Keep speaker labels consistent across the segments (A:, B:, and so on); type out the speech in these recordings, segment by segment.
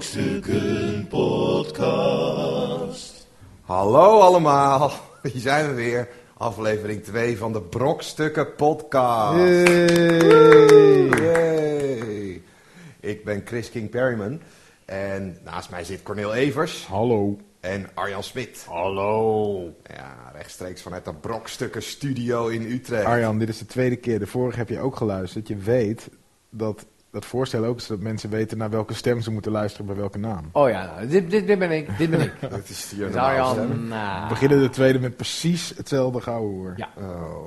A: Brokstukken Podcast.
B: Hallo allemaal, hier zijn we weer. Aflevering 2 van de Brokstukken Podcast. Yay. Ik ben Chris King Perryman en naast mij zit Cornel Evers
C: Hallo.
B: en Arjan Smit.
C: Hallo.
B: Ja, rechtstreeks vanuit de Brokstukken Studio in Utrecht.
C: Arjan, dit is de tweede keer. De vorige heb je ook geluisterd. Je weet dat dat voorstel ook is dat mensen weten naar welke stem ze moeten luisteren bij welke naam.
D: Oh ja, nou, dit, dit, dit ben ik, dit ben ik.
B: Dat is hier
D: Dus
B: normaal. hè?
D: Arjan,
C: We
D: nou,
C: beginnen de tweede met precies hetzelfde gouden hoor.
D: Ja.
B: Oh.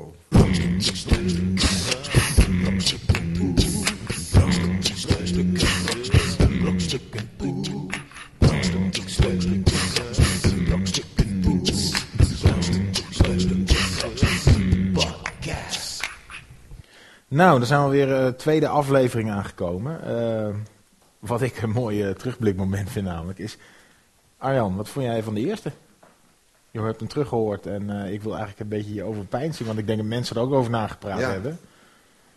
C: Nou, dan zijn we weer eh tweede aflevering aangekomen. Eh, wat ik een mooi eh, terugblikmoment vind namelijk is... Arjan, wat vond jij van de eerste? Je hebt hem teruggehoord en eh, ik wil eigenlijk een beetje hierover pijnsen, want ik denk dat mensen er ook over nagepraat
B: Ja.
C: hebben.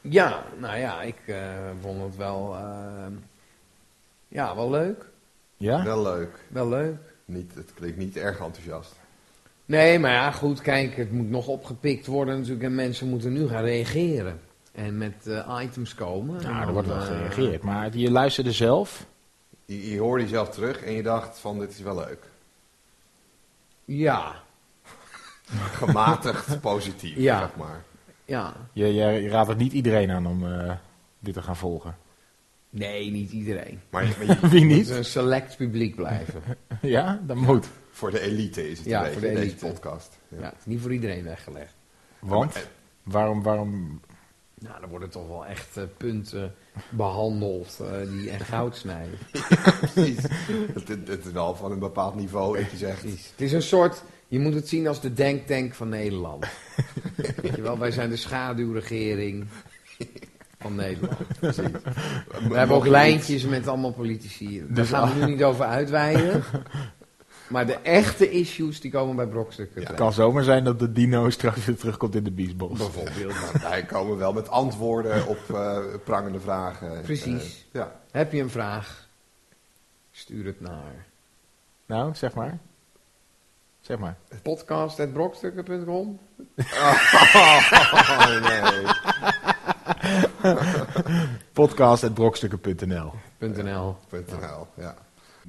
D: ja, nou ja, ik eh, vond het wel, eh, ja, wel leuk.
C: Ja?
B: Wel leuk.
D: Wel leuk.
B: Niet, het klinkt niet erg enthousiast.
D: Nee, maar ja, goed, kijk, het moet nog opgepikt worden natuurlijk en mensen moeten nu gaan reageren. En met eh, items komen. En
C: Nou, er
D: dan,
C: wordt wel
D: eh,
C: gereageerd, maar je luisterde zelf.
B: Je, je hoorde jezelf terug en je dacht van dit is wel leuk.
D: Ja,
B: Gematigd positief,
D: Ja.
B: zeg maar.
D: ja.
C: Je, je, je raadt het niet iedereen aan om eh, dit te gaan volgen.
D: Nee, niet iedereen.
B: Maar je-
C: Wie
D: Het moet
C: niet?
D: een select publiek blijven.
C: Ja, dat moet.
B: Voor de elite is het
D: Ja,
B: een beetje,
D: voor de elite.
B: deze podcast. Ja.
D: ja, het is niet voor iedereen weggelegd.
C: Want waarom, waarom?
D: Nou, dan worden toch wel echt eh, punten behandeld eh, die echt goud snijden.
B: Precies. het, het, het is wel van een bepaald niveau dat je zegt...
D: Precies. Het is een soort, je moet het zien als de denktank van Nederland. Weet je wel, wij zijn de schaduwregering van Nederland. We hebben ook lijntjes met allemaal politici. Daar
C: Dus
D: gaan we nu niet over uitweiden. Maar de echte issues die komen bij brokstukken.
B: Ja,
C: Het
D: terecht.
C: kan zomaar zijn dat de dino straks weer terugkomt in de biesbos.
D: Bijvoorbeeld.
B: Wij komen wel met antwoorden op eh, prangende vragen.
D: Precies.
B: Eh, ja.
D: Heb je een vraag? Stuur het naar
C: Nou, zeg maar. Zeg maar.
D: podcast.brokstukken.com.
B: Oh, nee.
C: Podcast.brokstukken.nl
D: .nl.
B: .nl, ja.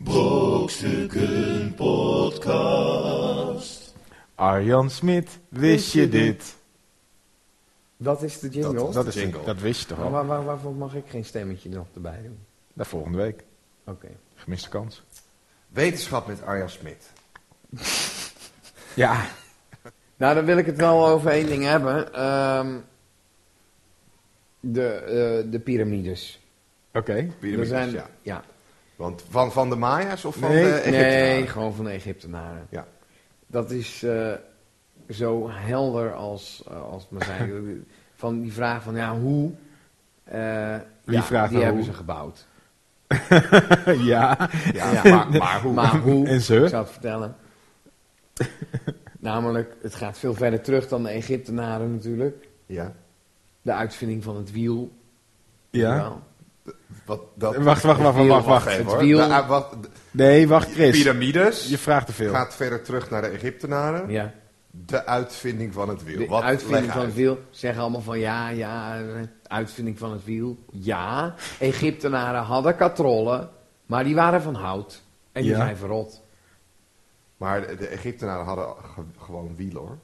A: Brokstukken Podcast.
C: Arjan Smit, wist je dit?
D: Dat is de jingle.
B: Dat was-
C: Dat, is
B: Jingle.
C: dat wist je toch
D: Maar
C: al?
D: waar, waar- waarvoor mag ik geen stemmetje nog erbij doen?
C: Dat volgende week.
D: Oké.
C: Gemiste kans.
B: Wetenschap met Arjan Smit.
C: Ja.
D: Nou, dan wil ik het wel over één ding hebben. Ehm, de, eh, de piramides.
C: Oké.
B: Pyramides,
D: Er zijn-
B: ja.
D: ja.
B: Want van, van de Maya's of van
C: Nee,
B: de Egyptenaren?
D: Nee, gewoon van de Egyptenaren.
B: Ja.
D: Dat is eh, zo helder als, eh, als het maar zijn. van die vraag van, ja, hoe? eh,
C: Wie
D: ja,
C: vraagt
D: die
C: nou
D: hebben
C: hoe?
D: ze gebouwd.
C: ja.
B: Ja,
D: Ja.
B: Maar, maar hoe?
D: Maar hoe?
C: En ze?
D: Ik zou het vertellen. Namelijk, het gaat veel verder terug dan de Egyptenaren natuurlijk.
B: Ja.
D: De uitvinding van het wiel.
C: Ja.
D: Jawel.
B: Wat, dat...
C: Wacht, wacht, wacht, wacht,
D: wiel,
C: wacht. wacht.
B: Even,
D: het
B: hoor.
D: wiel.
B: Nou, eh, wat,
C: Nee, wacht Chris.
B: Pyramides
C: Je vraagt te veel.
B: gaat verder terug naar de Egyptenaren.
D: Ja.
B: De uitvinding van het wiel.
D: De
B: Wat
D: uitvinding
B: leg
D: van
B: uit.
D: het wiel. Zeggen allemaal van ja, ja, eh, uitvinding van het wiel. Ja, Egyptenaren hadden katrollen, maar die waren van hout. En die
C: Ja.
D: zijn verrot.
B: Maar de, de Egyptenaren hadden ge- gewoon wielen hoor.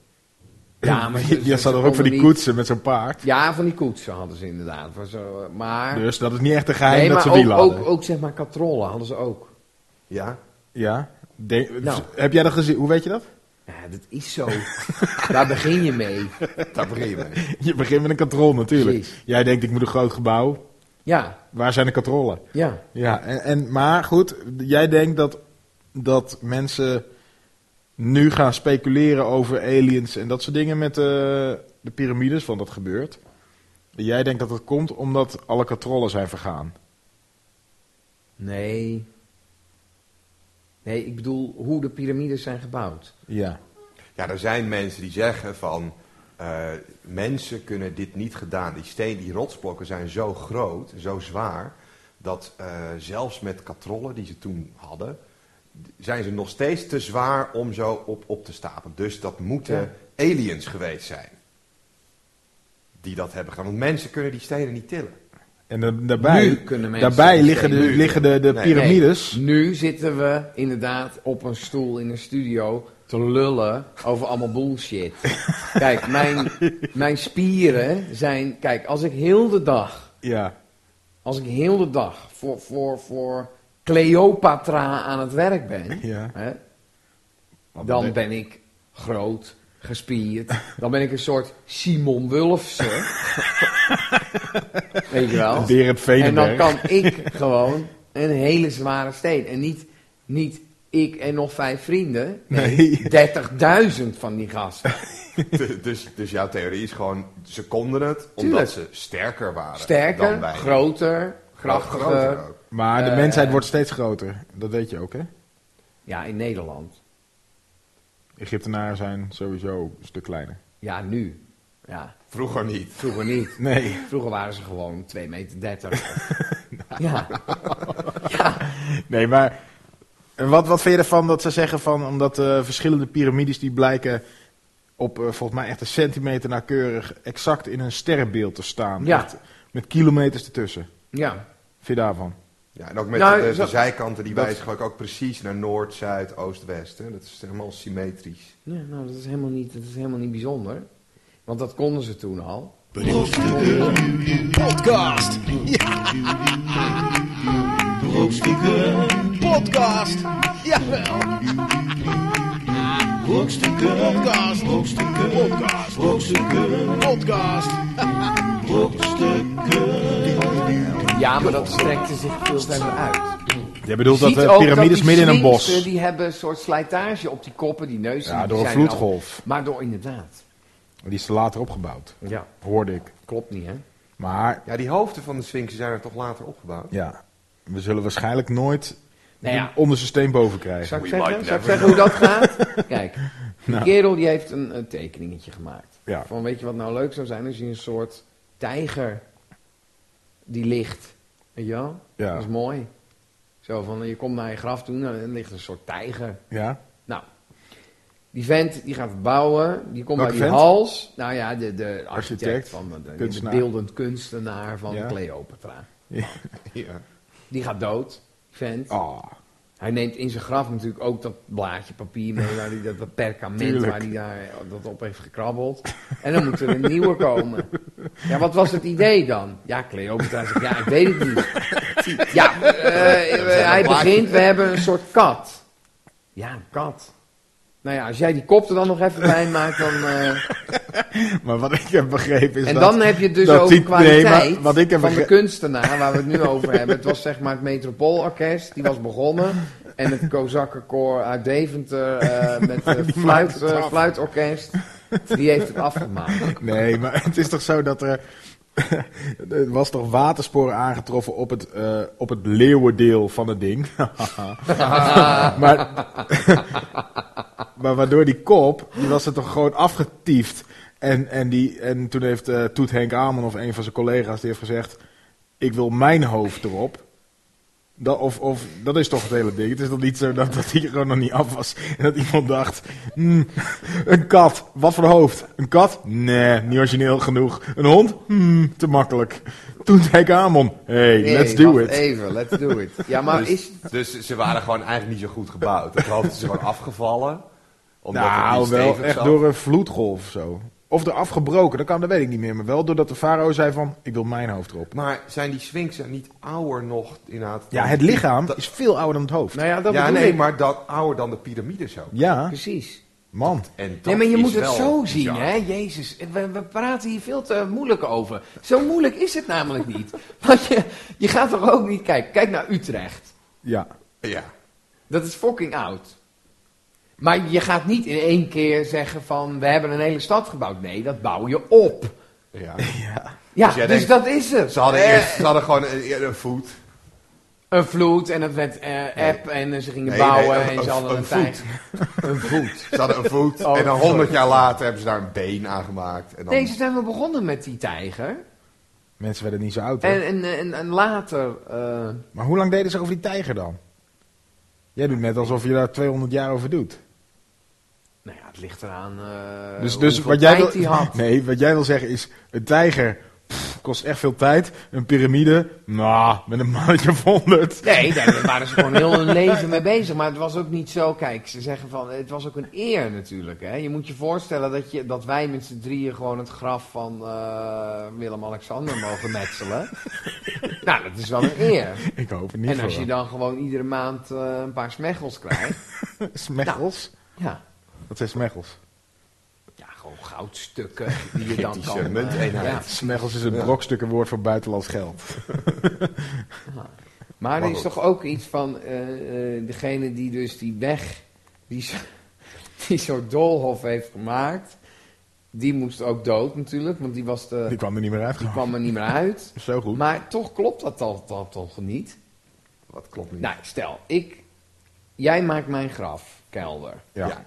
D: Ja, maar
C: Ja, ze hadden ook van die
D: koetsen.
C: koetsen met zo'n paard.
D: Ja, van die koetsen hadden ze inderdaad. Voor zo, eh, Maar,
C: Dus dat is niet echt een geheim
D: nee,
C: dat
D: maar
C: ze
D: ook,
C: wielen hadden.
D: ook, ook zeg maar katrollen hadden ze ook.
B: Ja?
C: Ja. De-
D: Nou.
C: Heb jij dat gezien? Hoe weet je dat?
D: Ja, dat is zo. Daar begin je mee.
B: Daar begin je mee.
C: Je begint met een katrol natuurlijk.
D: Precies.
C: Jij denkt, ik moet een groot gebouw.
D: Ja,
C: Waar zijn de katrollen?
D: ja.
C: Ja, en, en, maar goed, jij denkt dat, dat mensen nu gaan speculeren over aliens en dat soort dingen met eh, de piramides, want dat gebeurt. Jij denkt dat dat komt omdat alle katrollen zijn vergaan.
D: Nee. Nee, ik bedoel hoe de piramides zijn gebouwd.
C: Ja.
B: Ja, er zijn mensen die zeggen van... eh, mensen kunnen dit niet gedaan. Die steen, die rotsblokken zijn zo groot, zo zwaar... dat eh, zelfs met katrollen die ze toen hadden, d- zijn ze nog steeds te zwaar om zo op, op te stapelen. Dus dat moeten aliens geweest zijn. Die dat hebben gedaan. Want mensen kunnen die stenen niet tillen.
C: En da- daarbij,
D: nu kunnen mensen...
C: daarbij liggen de,
D: Nee,
C: liggen de, de
B: Nee, nee.
C: piramides.
D: Nu zitten we inderdaad op een stoel in een studio te lullen over allemaal bullshit. Kijk, mijn, mijn spieren zijn... Kijk, als ik heel de dag,
C: Ja.
D: als ik heel de dag voor, voor, voor Cleopatra aan het werk ben,
C: ja.
D: hè,
C: Wat
D: dan
C: betekent-
D: ben ik groot, gespierd. Dan ben ik een soort Simon Wulfsen. Weet je wel?
C: Berend
D: En dan
C: Veneberg.
D: kan ik gewoon een hele zware steen. En niet, niet ik en nog vijf vrienden.
C: Nee.
D: 30.000 van die gasten.
B: dus, dus jouw theorie is gewoon, ze konden het
D: Tuurlijk.
B: omdat ze sterker waren dan
D: Sterker,
B: wij.
D: groter,
B: Groter
D: krachtiger.
B: ook.
C: Maar de
D: Eh,
C: mensheid wordt steeds groter. Dat weet je ook, hè?
D: Ja, in Nederland.
C: Egyptenaren zijn sowieso een stuk kleiner.
D: Ja, nu. Ja,
B: Vroeger niet.
D: vroeger niet.
C: Nee.
D: Vroeger waren ze gewoon 2 meter 30. Ja. ja.
C: Nee, maar en wat, wat vind je ervan dat ze zeggen van, omdat eh, verschillende piramides die blijken op eh, volgens mij echt een centimeter nauwkeurig exact in een sterrenbeeld te staan.
D: Ja.
C: Echt met kilometers ertussen.
D: ja.
C: Vind je daarvan?
B: Ja, en ook met
D: Nou,
B: de, de
D: zo-
B: zijkanten, die
C: dat-
B: wijzen geloof ik ook precies naar noord, zuid, oost, west. Hè? Dat is helemaal symmetrisch.
D: Ja, nou, dat is helemaal niet, dat is helemaal niet bijzonder. Want dat konden ze toen al.
A: Podcast. Ja. Brokstukken podcast. Jawel. Brokstukken podcast. Brokstukken podcast. Brokstukken podcast. Brokstukken.
D: Ja, maar dat strekte zich veel verder uit.
C: Jij bedoelt dat
D: Ziet
C: de
D: ook
C: piramides
D: dat die
C: midden in een
D: slinksten,
C: bos.
D: Die hebben een soort slijtage op die koppen, die neuzen.
C: Ja,
D: die
C: door een
D: zijn al-
C: vloedgolf.
D: maar door inderdaad.
C: Die is er later opgebouwd,
D: Ja.
C: hoorde ik.
D: Klopt niet, hè?
C: Maar
B: Ja, die hoofden van de Sphinxen zijn er toch later opgebouwd?
C: ja, we zullen waarschijnlijk nooit
D: Nou ja.
C: onder zijn steen boven krijgen.
D: Zou ik
B: We
D: zeggen,
B: might
D: zou ik
B: never
D: zeggen hoe dat gaat? Kijk, die kerel die heeft een, een tekeningetje gemaakt.
C: Ja.
D: Van weet je wat nou leuk zou zijn? Als je een soort tijger die ligt. Weet je wel?
C: Ja.
D: Dat is mooi. Zo van, je komt naar je graf toe en dan ligt een soort tijger.
C: Ja?
D: Nou, die vent die gaat bouwen, die komt
C: Welke
D: bij die
C: vent?
D: hals. Nou ja, de, de architect,
C: Architect,
D: van de- de,
C: kunstenaar.
D: de beeldend kunstenaar van
C: Ja.
D: Cleopatra.
B: Ja.
D: Die gaat dood, die vent.
C: Ah,
D: Hij neemt in zijn graf natuurlijk ook dat blaadje papier mee, waar die, dat, dat perkament
C: Tuurlijk.
D: waar hij daar eh, dat op heeft gekrabbeld. En dan moet er een nieuwe komen. Ja, wat was het idee dan? Ja, Cleopatra zegt, ja, ik weet het niet. Ja, eh, hij begint, we hebben een soort kat. Ja, een kat. Nou ja, als jij die kop er dan nog even bij maakt, dan... eh,
C: Maar wat ik heb begrepen is
D: en
C: dat...
D: dan heb je het dus
C: dat
D: over
C: die-
D: kwaliteit
C: nee, maar wat ik heb
D: van de
C: begre-
D: kunstenaar waar we het nu over hebben. Het was zeg maar het Metropoolorkest, die was begonnen. En het Kozakkenkoor uit Deventer eh, met eh,
C: die
D: fluit,
C: maakt het
D: eh,
C: af.
D: fluitorkest, die heeft het afgemaakt.
C: Nee, maar het is toch zo dat er. er was toch watersporen aangetroffen op het, eh, op het leeuwendeel van het ding. maar, maar waardoor die kop, die was er toch gewoon afgetiefd. En, en, die, en toen heeft eh, Toet Henk Aman of een van zijn collega's, die heeft gezegd... Ik wil mijn hoofd erop. Dat, of, of, dat is toch het hele ding. Het is toch niet zo dat, dat hij gewoon nog niet af was. En dat iemand dacht, "Hmm, een kat, wat voor hoofd? Een kat? Nee, niet origineel genoeg. Een hond? Hmm, te makkelijk. Toen zei ik Amon, hey,
D: Nee,
C: let's do
D: wacht
C: it.
D: Even, let's do it. Ja, maar
B: dus,
D: is...
B: dus ze waren gewoon eigenlijk niet zo goed gebouwd. Het hoofd is gewoon afgevallen. Omdat het
C: Nou,
B: niet
C: wel
B: stevig
C: echt
B: zat.
C: door een vloedgolf of zo. Of er afgebroken, dat kan, dat weet ik niet meer. Maar wel doordat de farao zei van, ik wil mijn hoofd erop.
B: Maar zijn die Sphinxen niet ouder nog inderdaad?
C: Ja,
B: dan-
C: het lichaam
B: Dat-
C: is veel ouder dan het hoofd.
D: Nou ja, dat
B: ja,
D: bedoel
B: nee,
D: ik.
B: maar dat, ouder dan de piramides ook.
C: Ja,
D: Precies.
C: man.
B: En dat
D: Nee, maar je
B: is
D: moet het
B: wel
D: zo
B: bizar.
D: zien, hè? Jezus, we, we praten hier veel te moeilijk over. Zo moeilijk is het namelijk niet. Want je, je gaat toch ook niet kijken. Kijk naar Utrecht.
C: Ja.
B: Ja.
D: Dat is fucking oud. Maar je gaat niet in één keer zeggen van we hebben een hele stad gebouwd. Nee, dat bouw je op.
B: ja.
D: Ja,
B: Dus
D: dus,
B: jij denkt-
D: dat is het.
B: Ze, hadden
D: Eh,
B: eerst, ze hadden gewoon een, een voet.
D: Een vloed en het werd eh, app en eh, ze gingen
B: Nee,
D: bouwen
B: nee, een-
D: en ze
B: een-
D: hadden een,
B: een
D: tijd. Een voet.
B: Ze hadden een voet.
D: Oh,
B: en dan
D: sorry.
B: honderd jaar later hebben ze daar een been aan gemaakt. En dan,
D: Nee, ze zijn wel begonnen met die tijger.
C: Mensen werden niet zo oud. hè?
D: En, en, en, en later, eh,
C: Maar hoe lang deden ze over die tijger dan? Jij doet net alsof je daar 200 jaar over doet.
D: nou ja, het ligt eraan eh
C: dus dus
D: hoeveel
C: wat, jij
D: tijd hij
C: wil,
D: had.
C: nee, wat jij wil zeggen is, een tijger pff, kost echt veel tijd. Een piramide, nou, met een mannetje of 100.
D: Nee, daar waren ze gewoon heel hun leven mee bezig. Maar het was ook niet zo. Kijk, ze zeggen van. Het was ook een eer natuurlijk. Hè? Je moet je voorstellen dat, je, dat wij met z'n drieën gewoon het graf van eh, Willem-Alexander mogen metselen. nou, dat is wel een eer.
C: Ik hoop het niet
D: En als
C: voor hem.
D: je dan gewoon iedere maand eh, een paar smechels krijgt.
C: Smechels?
D: ja.
C: Wat zijn smechels?
D: ja, gewoon goudstukken die je dan kan.
B: Gitische
D: eh,
B: munteenheid.
D: ja.
C: Smechels is een brokstukken voor buitenlands geld.
D: Maar
B: Maar
D: er is
B: goed.
D: toch ook iets van eh, eh, degene die dus die weg, die, zo, die zo'n doolhof heeft gemaakt, die moest ook dood natuurlijk, want die, was de,
C: Die
D: die,
C: kwam er niet meer uit.
D: kwam er niet meer uit.
C: Zo goed.
D: Maar toch klopt dat dan dan toch niet?
B: Wat klopt niet.
D: Nou, stel, ik, jij maakt mijn grafkelder.
C: ja.
B: ja.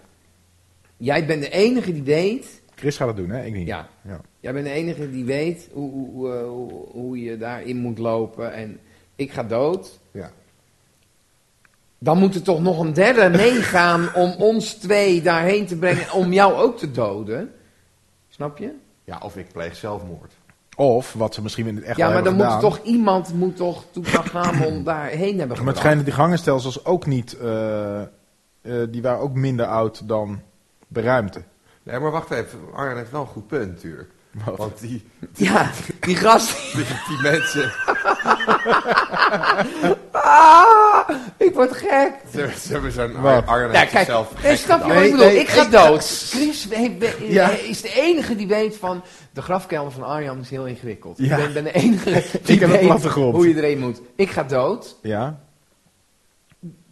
D: Jij bent de enige die weet,
C: Chris gaat het doen, hè? Ik niet.
D: ja,
C: Ja.
D: jij bent de enige die weet hoe, hoe, eh, hoe, hoe je daarin moet lopen en ik ga dood.
B: Ja.
D: Dan moet er toch nog een derde meegaan om ons twee daarheen te brengen. Om jou ook te doden. Snap je?
B: Ja, of ik pleeg zelfmoord.
C: Of, wat ze misschien in het echt
D: ja,
C: al
D: maar dan
C: hebben
D: moet er
C: gedaan,
D: toch iemand moet toch Tutankhamon daarheen hebben
C: Maar het
D: gebracht.
C: schijnt dat die gangenstelsels ook niet... eh, eh, die waren ook minder oud dan de ruimte.
B: Nee, maar wacht even. Arjen heeft wel een goed punt natuurlijk.
C: Wat?
B: Want die,
D: Ja, die gast.
B: die, die mensen...
D: Ah, ik word gek.
B: Ze, ze hebben zo'n
C: Wat?
B: Arjen
D: Ja,
B: heeft
D: kijk,
B: zichzelf
D: nee,
B: gek
D: snap je
B: gedaan.
D: wat
C: Nee,
D: ik bedoel?
C: nee,
D: ik ga
C: ik-
D: dood. Chris we- we-
C: Ja.
D: is de enige die weet van... De grafkelder van Arjan is heel ingewikkeld.
C: Ja.
D: Ik ben, ben de enige die
C: Ik heb een
D: weet
C: plattegrond.
D: hoe je erheen moet. Ik ga dood.
C: Ja?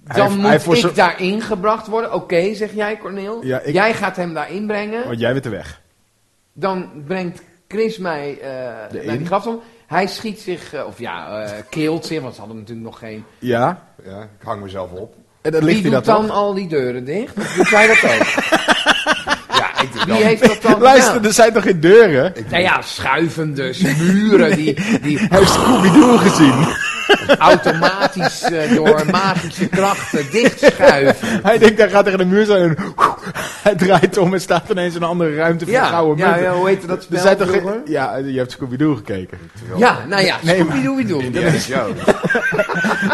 D: Dan
C: heeft-
D: moet
C: hij heeft voor
D: ik
C: zo-
D: daarin gebracht worden. Oké, zeg jij, Corneel.
C: Ja, ik- Oh,
D: Jij gaat hem daarin brengen.
C: Want jij bent de weg.
D: Dan brengt Chris mij eh naar
C: in.
D: die grafstom. Hij schiet zich, eh, of ja, eh, keelt zich, want ze hadden natuurlijk nog geen...
C: Ja?
B: Ja, ik hang mezelf op.
C: En dan
D: Wie
C: ligt hij
D: doet
C: dat
D: dan
C: toch?
D: al die deuren dicht? Of Doet jij dat ook?
B: Ja, ik doe
D: Wie
B: dat.
D: heeft dat dan
C: Luister,
D: gedaan?
C: er zijn toch geen deuren?
B: Ik doe
D: Nou ja, schuivende muren die, die
C: Hij heeft Scooby-Doo gezien.
D: automatisch eh, door magische krachten dichtschuiven.
C: Hij denkt, hij gaat tegen de muur staan en... Hij draait om en staat ineens in een andere ruimte voor
D: Ja,
C: gouden
D: ja,
C: munten.
D: ja, hoe heette dat spel?
C: er zijn toch
D: vroeger?
C: geen... Ja, je hebt Scooby-Doo gekeken.
D: Ja, nou ja,
C: Nee, maar- dus-
D: Scooby-Dooby-Doo.
B: Indiana Jones.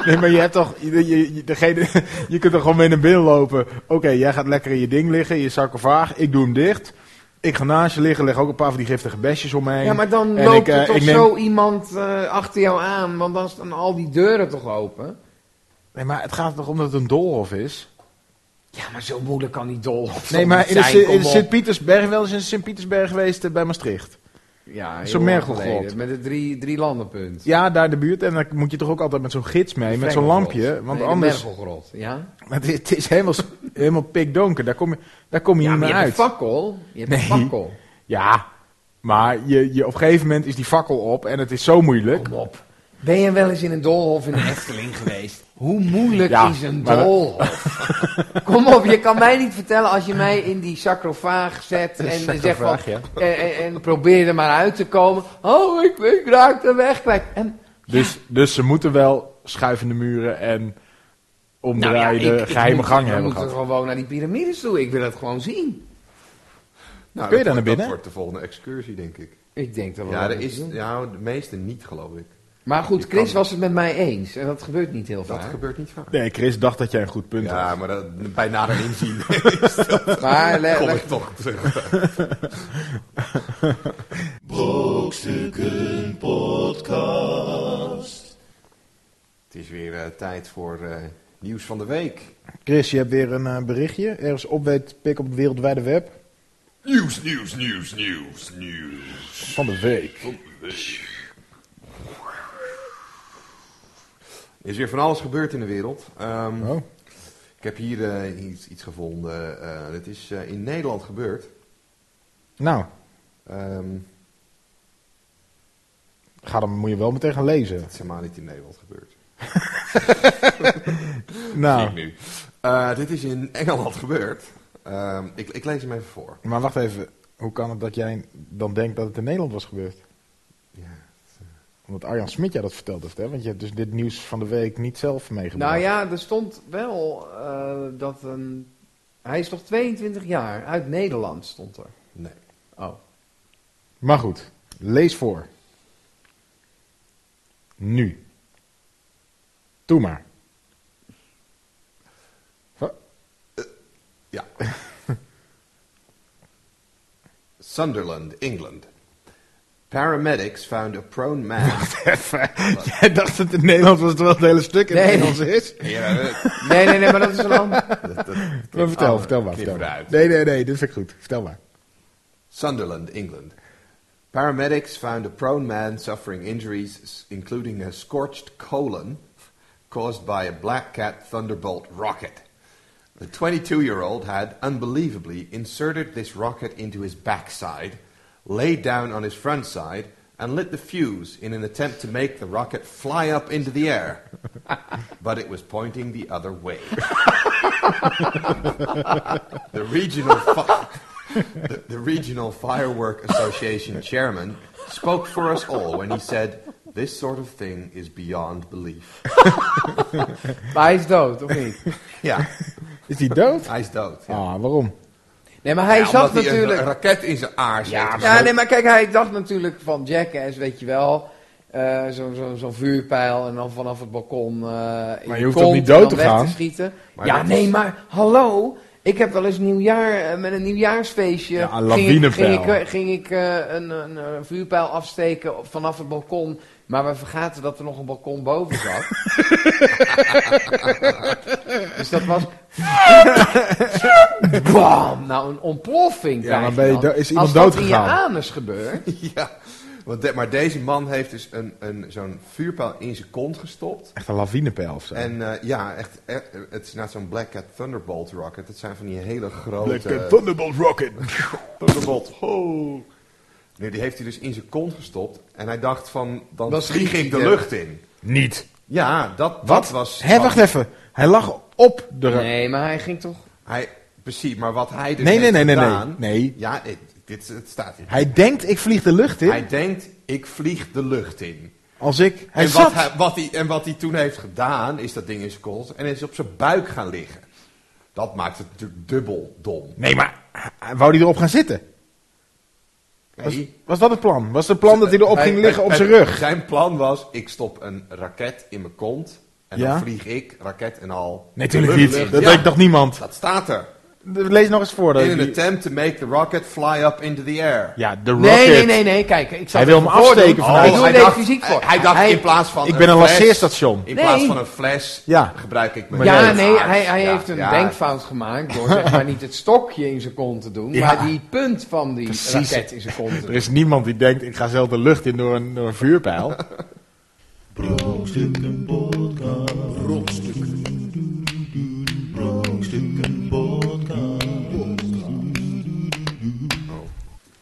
C: Nee, maar je hebt toch. Je, je, je- degene, je kunt er gewoon mee naar binnen lopen. Oké, jij gaat lekker in je ding liggen, je sarcofaag. Ik doe hem dicht. Ik ga naast je liggen, leg ook een paar van die giftige besjes omheen.
D: Ja, maar dan
C: En
D: loopt
C: ik, eh,
D: er toch
C: ik neem-
D: zo iemand eh, achter jou aan, want dan staan al die deuren toch open.
C: Nee, maar het gaat toch om dat het een doolhof is?
D: Ja, maar zo moeilijk kan die dol.
C: Nee, maar in de, Sint- in de Sint-Pietersberg, wel eens in Sint-Pietersberg geweest eh, bij Maastricht.
D: ja,
C: zo'n
D: heel lang
C: mergelgrot.
D: geleden, Met het drie, drie landenpunt.
C: Ja, daar in de buurt. En dan moet je toch ook altijd met zo'n gids mee, met zo'n lampje. Want anders.
D: Mergelgrot, ja.
C: Maar het, is- het is helemaal, s- helemaal pikdonker, daar kom je, daar kom je
D: Ja,
C: niet
D: maar
C: meer
D: je
C: uit.
D: hebt een fakkel. Je hebt een
C: Nee.
D: fakkel.
C: Ja, maar je, je, op een gegeven moment is die fakkel op en het is zo moeilijk.
D: Kom op. Ben je wel eens in een doolhof in de Efteling geweest? Hoe moeilijk
C: Ja,
D: is een
C: maar dat-
D: doolhof? Kom op, je kan mij niet vertellen als je mij in die sacrofaag zet en zegt van...
C: sacrofaag, ja.
D: En, en- en probeer er maar uit te komen. Oh, ik, ik raak de weg kwijt. En,
C: Dus, dus ze moeten wel schuivende muren en omdraaide
D: Nou
C: geheime
D: moet-
C: gangen
D: We
C: hebben
D: moeten
C: gehad.
D: gewoon naar die piramides toe. Ik wil dat gewoon zien.
B: Nou,
C: Kun
B: dat
C: je daar naar
B: wordt- Dat
C: binnen?
B: wordt de volgende excursie, denk ik.
D: Ik denk dat we
B: Ja,
D: dat
B: er
D: moeten
B: is,
D: doen.
B: ja, de meeste niet, geloof ik.
D: Maar goed,
B: je
D: Chris
B: kan-
D: was het met mij eens. En dat gebeurt niet heel
B: Dat
D: vaak.
B: gebeurt niet vaak.
C: Nee, Chris dacht dat jij een goed punt
B: Ja,
C: had.
B: maar dat, bij nader inzien
D: Maar le-
B: kom
D: le-
B: ik toch terug.
A: Brokstukken podcast.
B: Het is weer eh, tijd voor eh, nieuws van de week.
C: Chris, je hebt weer een eh, berichtje. Ergens op weet pik op het wereldwijde web.
A: Nieuws, nieuws, nieuws, nieuws, nieuws.
C: Van de week.
B: Er is weer van alles gebeurd in de wereld. Ehm,
C: Oh.
B: Ik heb hier eh, iets, iets gevonden. Eh het is eh, in Nederland gebeurd.
C: Nou,
B: Ehm,
C: ga dan moet je wel meteen gaan lezen.
B: het is helemaal niet in Nederland gebeurd. Zie ik
C: Nou,
B: nu. Eh, dit is in Engeland gebeurd. Ehm, ik, ik lees hem even voor.
C: maar wacht even. Hoe kan het dat jij dan denkt dat het in Nederland was gebeurd?
B: Ja, het, eh,
C: Omdat Arjan Smit jou dat verteld heeft, hè? Want je hebt dus dit nieuws van de week niet zelf meegemaakt.
D: Nou ja, er stond wel eh, dat een... Hij is toch 22 jaar, uit Nederland stond er.
B: Nee.
D: Oh.
C: Maar goed, lees voor. Nu. Doe maar. Wa-
B: Ja. Sunderland, England. Paramedics found a prone man.
C: Even. Jij dacht dat in Nederland was het wel het hele stuk in
D: Nee.
C: het Nederlands is.
B: ja, dat-
D: Nee, nee, nee, maar dat is een ander.
B: dat- dat-
C: Maar vertel,
B: Oh,
C: vertel maar.
B: knip
C: Vertel maar.
B: eruit.
C: Nee, nee, nee, dit vind ik goed. Vertel maar.
B: Sunderland, England. Paramedics found a prone man suffering injuries, s- including a scorched colon caused by a Black Cat Thunderbolt rocket. The 22 year old had unbelievably inserted this rocket into his backside, laid down on his front side, and lit the fuse in an attempt to make the rocket fly up into the air. but it was pointing the other way. the regional. Fu- the, the regional firework association chairman spoke for us all when he said, "This sort of thing is beyond belief."
D: Maar hij is dood, of niet?
B: Ja,
C: Is die dood?
B: hij is dood. Ja.
C: Ah, waarom?
D: Nee, maar hij
B: Ja,
D: zat
B: omdat hij
D: natuurlijk...
B: een raket in zijn aars.
D: Ja,
B: heeft.
D: ja, nee, maar kijk, hij dacht natuurlijk van Jackass, weet je wel. eh, Zo'n zo, zo'n vuurpijl en dan vanaf het balkon. eh, in
C: je
D: de
C: hoeft
D: kont
C: ook niet dood te
D: en dan weg
C: gaan.
D: schieten.
B: Maar
D: ja,
B: dat
D: nee,
B: is-
D: maar hallo. Ik heb wel eens nieuwjaar, eh, met een nieuwjaarsfeestje.
C: Ja, een
D: ging ik, ging
C: lawinepijl.
D: ik, eh, ging ik eh, een, een, een vuurpijl afsteken op- vanaf het balkon. Maar we vergaten dat er nog een balkon boven zat. dus dat was. Bam! Nou, een ontploffing.
C: Ja,
D: krijg
C: maar ben je
D: dan.
C: do- is iemand
D: Als dat in
C: doodgegaan?
D: je anus gebeurt.
B: Ja, want de- maar deze man heeft dus een, een, zo'n vuurpijl in zijn kont gestopt.
C: Echt een lawinepijl of zo.
B: En eh, ja, echt, eh, het is net zo'n Black Cat Thunderbolt rocket. Dat zijn van die hele grote...
C: Lekker Thunderbolt Rocket.
B: Thunderbolt. Ho. Nu, die heeft hij dus in zijn kont gestopt. En hij dacht van, dan
D: Dan
B: vlieg
D: schiet
B: ik de
D: hij
B: lucht in.
C: Niet.
B: Ja, dat, dat
C: Wat?
B: was...
C: Hé, wacht even. Hij lag op de... ra-
D: Nee, maar hij ging toch.
B: Hij, precies, maar wat hij dus
C: Nee, nee,
B: heeft
C: nee, nee,
B: gedaan...
C: nee. Nee.
B: Ja, dit, dit, het staat hier.
C: Hij denkt, ik vlieg de lucht in.
B: Hij denkt, ik vlieg de lucht in.
C: als ik... Hij
B: en,
C: zat.
B: wat hij, wat hij, en wat hij toen heeft gedaan, is dat ding in zijn kont en is op zijn buik gaan liggen. Dat maakt het natuurlijk dubbel dom.
C: Nee, maar... hij- Wou hij erop gaan zitten? Was,
B: Nee.
C: was dat het plan? Was het plan dat hij erop
B: Hij-
C: ging
B: hij-
C: liggen op
B: hij-
C: zijn rug?
B: Zijn plan was, ik stop een raket in mijn kont en
C: Ja?
B: dan vlieg ik, raket en al.
C: Nee, natuurlijk
B: de
C: niet.
B: lucht
C: Dat
B: in. Ja,
C: deed toch niemand?
B: dat staat er.
C: Lees nog eens voor. Dat
B: In an
C: die-
B: attempt to make the rocket fly up into the air.
C: Ja, de rocket.
D: Nee, nee, nee, nee, kijk. Ik zal
C: Hij wil hem afsteken vanuit-
D: Ik doe
B: Oh, hij
D: er even
B: dacht-
D: fysiek voor.
B: Hij, hij dacht in plaats van.
C: Ik ben een
B: fles-
C: lanceerstation.
B: In
D: Nee.
B: plaats van een fles
C: Ja.
B: gebruik ik mijn.
D: Ja,
C: Maar
B: neus.
D: nee,
B: Ah,
D: hij, hij
B: ja,
D: heeft een
B: ja.
D: denkfout gemaakt door zeg maar niet het stokje in zijn kont te doen,
C: Ja.
D: maar die punt van die
C: Precies.
D: raket in zijn kont te doen.
C: Er is niemand die denkt, ik ga zelf de lucht in door een, door een vuurpijl.
E: Brokstukken podcast. Brokstukken. Brokstukken podcast.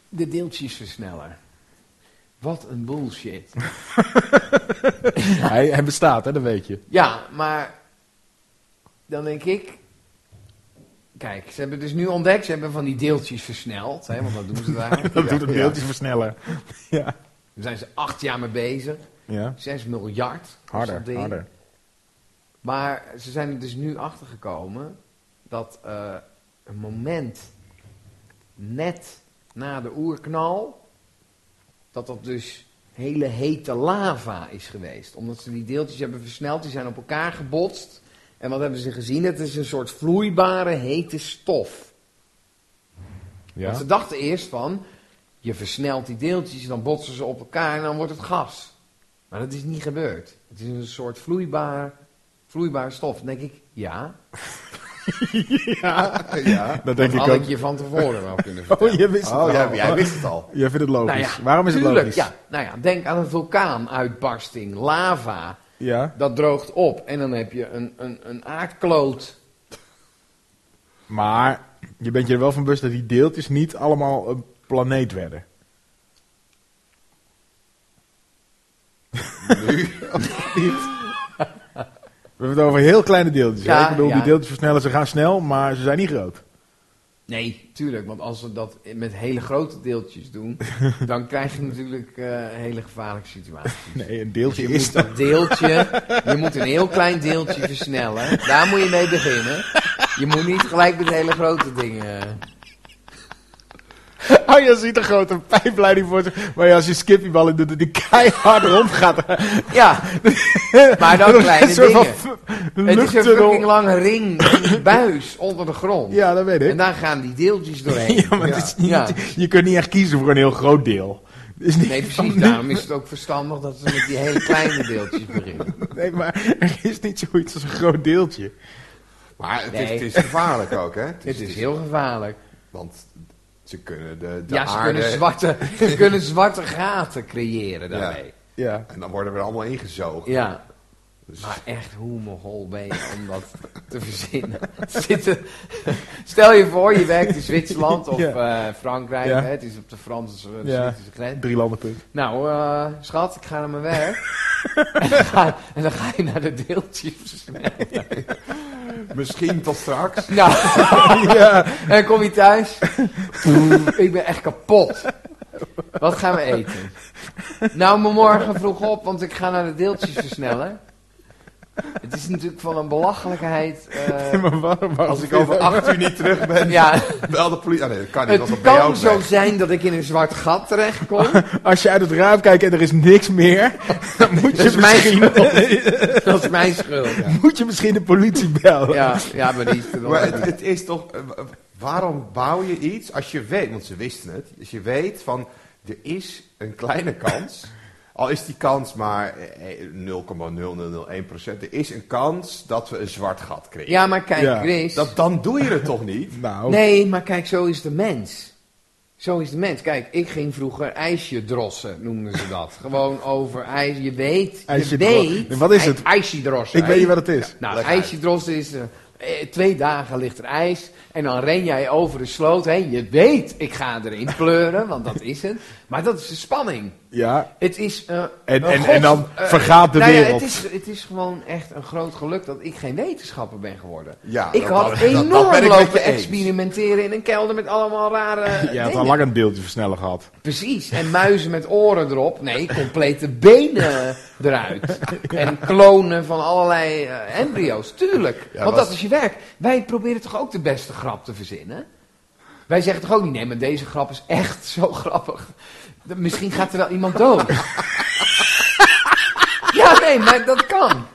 D: De deeltjesversneller. Wat een bullshit.
C: hij, hij bestaat, hè, dat weet je.
D: Ja, maar dan denk ik. Kijk, ze hebben dus nu ontdekt, ze hebben van die deeltjes versneld, hè, want dat doen ze daar.
C: Dat
D: Ja.
C: doet een
B: ja.
C: deeltje versneller. ja.
D: Daar zijn ze acht jaar mee bezig.
C: ja.
D: 6 miljard. kost
C: Harder,
D: dat ding.
C: harder.
D: Maar ze zijn er dus nu achter gekomen dat eh, een moment net na de oerknal, dat dat dus hele hete lava is geweest. Omdat ze die deeltjes hebben versneld, die zijn op elkaar gebotst. En wat hebben ze gezien? Het is een soort vloeibare hete stof. Want
C: Ja.
D: ze dachten eerst van, je versnelt die deeltjes, dan botsen ze op elkaar en dan wordt het gas. Maar dat is niet gebeurd. Het is een soort vloeibaar, vloeibaar stof. Dan denk ik, ja,
B: Ja.
C: Dat denk
D: dat
C: ik
D: had
C: ook.
D: ik je van tevoren wel kunnen
C: Oh,
D: vertellen.
C: jij wist het
B: Oh,
C: al.
B: jij, jij wist het al.
C: Jij vindt het logisch.
D: Nou ja,
C: Waarom is het
D: Tuurlijk,
C: logisch?
D: ja. Nou ja, denk aan een vulkaanuitbarsting, lava.
C: Ja.
D: Dat droogt op en dan heb je een, een, een aardkloot.
C: Maar je bent je er wel van bewust dat die deeltjes niet allemaal een planeet werden. We hebben het over heel kleine deeltjes. hè?
D: Ja,
C: ik bedoel,
D: ja.
C: die deeltjes versnellen, ze gaan snel, maar ze zijn niet groot.
D: Nee, tuurlijk, want als we dat met hele grote deeltjes doen, dan krijg je natuurlijk eh, hele gevaarlijke situaties.
C: Nee, een
D: Dus
C: deeltje
D: je
C: is
D: moet dat deeltje, je moet een heel klein deeltje versnellen. Daar moet je mee beginnen. Je moet niet gelijk met hele grote dingen.
C: Oh, je ziet een grote pijpleiding voor zich. Maar ja, als je skippyballen doet, dat die keihard rondgaat.
D: Ja, maar dan kleine
C: Een soort van
D: dingen.
C: fu-
D: Het is een
C: luchttunnel.
D: fucking lange ring, een buis onder de grond.
C: Ja, dat weet
D: En
C: ik.
D: daar gaan die deeltjes doorheen.
C: Ja, maar het is niet,
D: Ja.
C: je kunt niet echt kiezen voor een heel groot deel. Het Is niet
D: Nee,
C: van
D: precies.
C: nu-
D: Daarom is het ook verstandig dat ze met die hele kleine deeltjes beginnen.
C: nee, maar er is niet zoiets als een groot deeltje.
B: Maar het, is,
D: Nee.
B: het is gevaarlijk ook, hè? Het
D: Het is heel gevaarlijk.
B: Want ze kunnen de, de
D: Ja, ze
B: aarde...
D: kunnen, zwarte, ze kunnen zwarte gaten creëren daarmee.
C: Ja.
B: En dan worden we er allemaal ingezogen.
D: Ja.
B: Dus-
D: Maar echt hoe mogol ben je om dat te verzinnen. Zitten, stel je voor, je werkt in Zwitserland of
C: Ja.
D: eh, Frankrijk.
C: Ja.
D: Hè, het is op de Franse de
C: Ja.
D: Zwitserse grens.
C: Drie landen punt.
D: Nou, eh, schat, ik ga naar mijn werk. en, dan ga, en dan ga je naar de deeltjes.
B: Misschien tot straks.
D: Nou,
C: ja.
D: en dan kom je thuis. ik ben echt kapot. Wat gaan we eten? Nou, me morgen vroeg op, want ik ga naar de deeltjes versnellen. Het is natuurlijk van een belachelijkheid. eh,
C: Maar waarom, waarom
B: Als ik over acht uur niet terug ben,
D: ja,
B: bel de politie. Ah, nee, dat kan niet, want
D: het
B: dan ben je ook
D: kan zo
B: weg.
D: zijn dat ik in een zwart gat terechtkom.
C: Als je uit het raam kijkt en er is niks meer, dan moet
D: Dat
C: je,
D: is mijn
C: misschien,
D: schuld. Dat is mijn schuld.
C: moet je misschien de politie bellen.
D: Ja, ja maar die is er nog
B: Maar
D: niet.
B: het, het is toch... eh, wa- Waarom bouw je iets als je weet... Want ze wisten het. Als je weet van... Er is een kleine kans. Al is die kans maar eh, eh, 0,0001 Er is een kans dat we een zwart gat krijgen.
D: Ja, maar kijk,
C: Ja,
D: Chris.
B: Dat, dan doe je het toch niet?
C: Nou,
D: Nee, maar kijk, zo is de mens. Zo is de mens. Kijk, ik ging vroeger ijsje drossen, noemden ze dat. Gewoon over ijs. Je weet,
C: Ijsje
D: je
C: dro-
D: weet.
C: En wat is het?
D: ij- Ijsje drossen.
C: ik weet niet wat het is.
D: Nou,
B: Leg
D: ijsje drossen is... eh, eh, twee dagen ligt er ijs en dan ren jij over de sloot heen. Je weet, ik ga erin pleuren, want dat is het. Maar dat is de spanning.
C: Ja.
D: Het is... eh,
C: En,
D: een
C: en,
D: god-
C: en dan
D: eh,
C: vergaat de
D: nou ja,
C: wereld.
D: het, is, het is gewoon echt een groot geluk dat ik geen wetenschapper ben geworden.
B: Ja,
D: Ik
B: dat-
D: had
B: dat- dat- dat
D: enorm
B: ben ik met je
D: lopen
B: eens.
D: experimenteren in een kelder met allemaal rare
C: Je had
D: dingen.
C: al lang een deeltje versneller gehad.
D: Precies, en muizen met oren erop. Nee, complete benen eruit. En klonen van allerlei eh, embryo's, tuurlijk.
B: Ja,
D: Want
B: was-
D: dat is je werk. Wij proberen toch ook de beste grap te verzinnen? Wij zeggen toch ook niet, nee, maar deze grap is echt zo grappig. De- Misschien gaat er wel iemand dood. ja, nee, maar dat kan.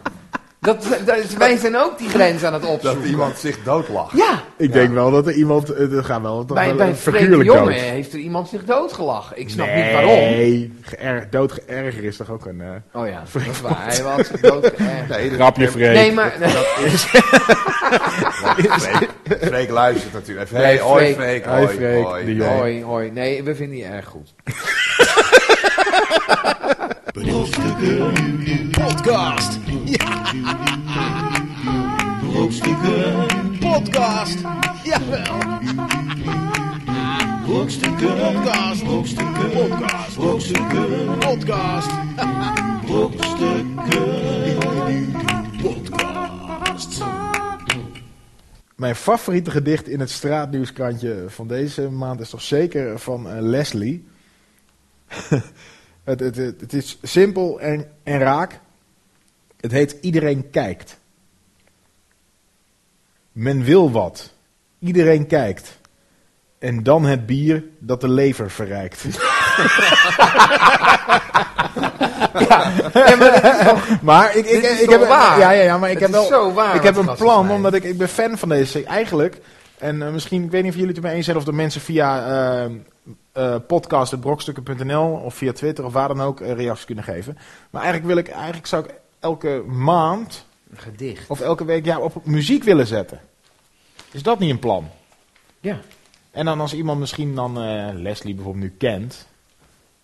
D: Dat, dat is- wij zijn ook die grens aan het
B: Dat
D: opzoeken.
B: iemand zich doodlacht.
D: Ja,
C: Ik denk wel dat er iemand... eh, Er gaan wel, toch
D: bij,
C: wel
D: bij
C: een
D: Freek de
C: figuurlijk
D: Jonge
C: dood.
D: heeft er iemand zich doodgelachen. Ik snap niet
C: Nee,
D: waarom.
C: geërg- dood geërger is toch ook een... eh,
D: Oh ja, dat is waar. Hij was doodgeërgerd.
B: Nee, dat-
C: Grapje, Freek.
D: Nee, maar... Nee,
B: Freek, Freek luistert natuurlijk. Hey,
D: Nee,
B: hoi
D: Freek.
B: Freek,
C: Hoi,
B: hoi.
C: Freek,
B: hoi.
C: de
B: Nee.
C: jongen.
D: hoi, hoi. Nee, we vinden je erg goed.
E: Brokstukken.
F: Podcast. Ja,
E: Brokstukken.
F: podcast. Jawel.
E: Brokstukken.
F: Podcast.
E: Brokstukken.
F: Podcast.
E: Brokstukken.
F: Podcast.
E: Brokstukken. Podcast.
C: Mijn favoriete gedicht in het straatnieuwskrantje van deze maand is toch zeker van eh, Leslie. het, het, het, het is simpel en, en raak. Het heet Iedereen kijkt. Men wil wat. Iedereen kijkt. En dan het bier dat de lever verrijkt. maar ik, ik,
D: Dit is
C: ik
D: toch
C: heb
D: waar?
C: Ja, ja, ja, maar ik
D: Het
C: heb
D: is
C: wel
D: zo waar
C: ik
D: wat
C: heb
D: die
C: een
D: gasten
C: plan,
D: zijn.
C: omdat ik, ik ben fan van deze serie eigenlijk. En eh, misschien, ik weet niet of jullie het ermee eens zijn, of de mensen via eh, eh, podcast.brokstukken.nl of via Twitter of waar dan ook eh, reacties kunnen geven. Maar eigenlijk wil ik, eigenlijk zou ik elke maand
D: Een gedicht.
C: of elke week ja, op muziek willen zetten. Is dat niet een plan?
D: Ja.
C: En dan als iemand misschien dan eh, Leslie bijvoorbeeld nu kent,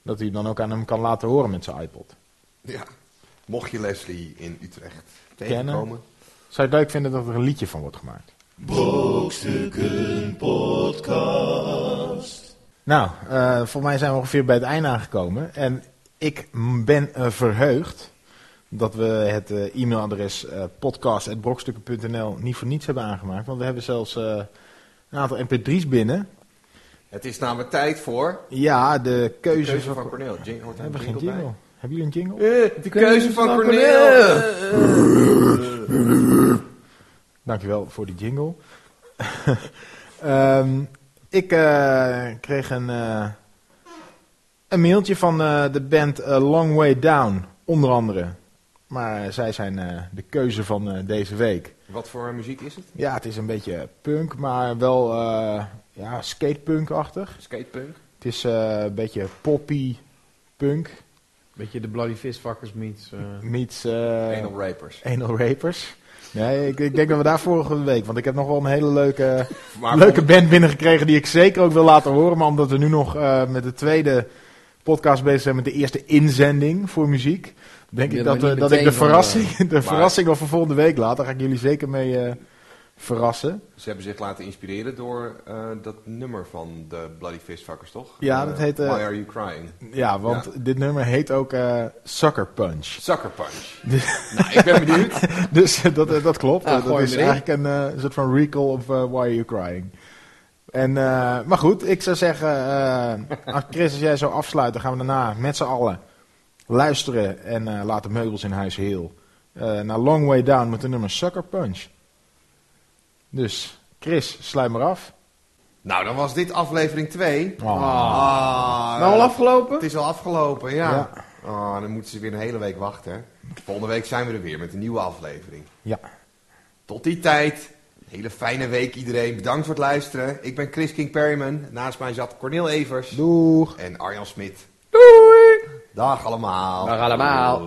C: dat u het dan ook aan hem kan laten horen met zijn iPod.
B: Ja. Mocht je Leslie in Utrecht tegenkomen.
C: Zou je het leuk vinden dat er een liedje van wordt gemaakt?
E: Brokstukken podcast.
C: Nou, eh voor mij zijn we ongeveer bij het einde aangekomen. En ik m- ben eh, verheugd dat we het eh, e-mailadres eh podcast.brokstukken.nl niet voor niets hebben aangemaakt. Want we hebben zelfs eh, een aantal mp3's binnen.
B: Het is namelijk tijd voor
C: Ja, de
B: de
C: keuze,
B: keuze
C: van...
B: van Corneel. Jing, hoort
C: We
B: daar een
C: hebben geen
B: jingle
C: jingle.
B: bij?
C: Hebben jullie een jingle?
B: Eh, de keuze van
D: Corneel.
B: Corneel.
C: Dankjewel voor die jingle. Ehm, ik eh, kreeg een, eh, een mailtje van eh, de band eh, Long Way Down, onder andere. Maar eh, zij zijn eh, de keuze van eh, deze week.
B: Wat voor muziek is het?
C: Ja, het is een beetje punk, maar wel eh, ja, skatepunk-achtig.
B: Skatepunk?
C: Het is eh, een beetje poppy punk
D: Beetje de Bloody Fistfuckers meets... eh,
C: meets
B: Uh,
C: eh
B: Rapers.
C: anal rapers. Nee, ik, ik denk dat we daar vorige week, want ik heb nog wel een hele leuke...
B: Maar
C: Leuke band binnengekregen die ik zeker ook wil laten horen. Maar omdat we nu nog eh, met de tweede podcast bezig zijn met de eerste inzending voor muziek. Denk
D: Ja,
C: ik
D: maar
C: dat,
D: niet
C: eh, dat ik de
D: meteen van,
C: verrassing, de verrassing wel voor volgende week laat. Daar ga ik jullie zeker mee eh, verrassen.
B: Ze hebben zich laten inspireren door eh, dat nummer van de Bloody Fistfuckers, toch?
C: Ja,
B: Eh,
C: dat heet, eh,
B: Why Are You Crying?
C: Ja, want
B: Ja.
C: dit nummer heet ook eh Sucker Punch.
B: Sucker Punch. nou, ik ben benieuwd.
C: Dus eh, dat, eh, dat klopt.
D: Ja,
C: Eh, dat
D: gooi
C: is
D: hem erin.
C: eigenlijk een eh, soort van recall of eh, Why Are You Crying. En, eh, maar goed, ik zou zeggen, eh, als Chris, als jij zo afsluit, dan gaan we daarna met z'n allen luisteren en eh laten meubels in huis heel. eh, naar Long Way Down met de nummer Sucker Punch. Dus, Chris, sluit maar af.
B: Nou, dan was dit aflevering 2.
C: Oh.
B: Ah,
D: Nou
B: Het
D: al afgelopen?
B: is al afgelopen, ja.
C: Ja.
B: Ah, dan moeten ze weer een hele week wachten. hè. Volgende week zijn we er weer met een nieuwe aflevering.
C: Ja,
B: Tot die tijd. een Hele fijne week iedereen. Bedankt voor het luisteren. Ik ben Chris King Perryman. Naast mij zat Cornel Evers.
C: doeg!
B: En Arjan Smit. Doei. Dag allemaal.
D: Dag allemaal.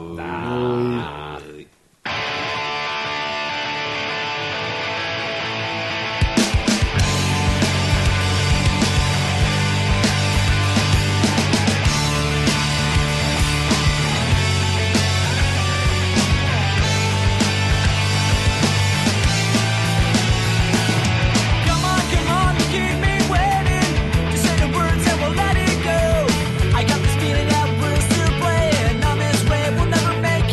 G: Come on, come on, you keep me waiting. Just say the words and we'll let it go. I got this feeling that we're still playing on this way. We'll never make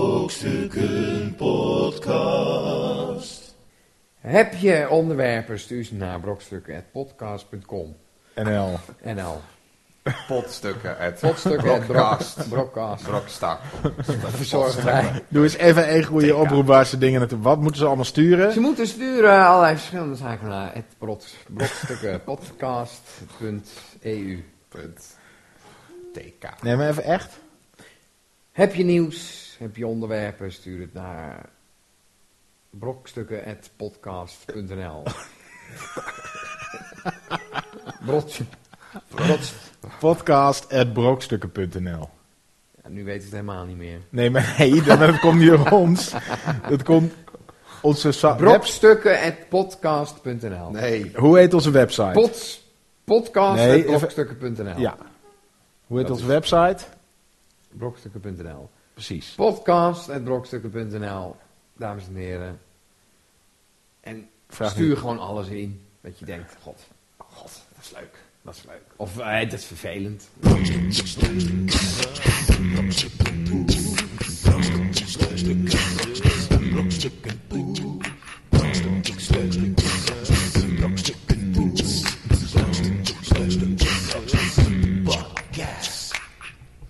E: Brokstukken Podcast.
D: Heb je onderwerpen, stuur ze naar brokstukken.podcast.com.
C: NL.
D: NL.
B: Potstukken uit
D: Potstukken
B: Broadcast.
D: Brokcast.
B: Brokstak.
D: Verzorgen wij.
C: Doe eens even één goede oproep waar ze dingen naartoe... Wat moeten ze allemaal sturen?
D: Ze moeten sturen allerlei verschillende zaken naar het brot, brokstukken.podcast.eu.
B: TK.
C: Nee, maar even echt.
D: Heb je nieuws? Heb je onderwerpen? Stuur het naar brokstukken.podcast.nl. Brotje. Brotje.
C: Podcast at brokstukken.nl
D: Ja, nu weet het helemaal niet meer.
C: Nee, maar nee, dat, dat komt niet door ons. Dat komt... Onze
D: Ah,
C: sa- webs-
D: Brokstukken.podcast.nl.
B: Nee.
C: Hoe heet onze website?
D: Pots, podcast
C: Nee,
D: at
C: even-
D: brokstukken.nl.
C: Ja. Hoe heet onze website?
D: Brokstukken.nl.
C: Precies.
D: Podcast at brokstukken.nl. Dames en heren. En
C: Vraag
D: stuur
C: niet.
D: gewoon alles in. Dat je denkt, god, god, dat is leuk. Dat is leuk. Of eh, dat is vervelend.
E: Brokstukken Brokstukken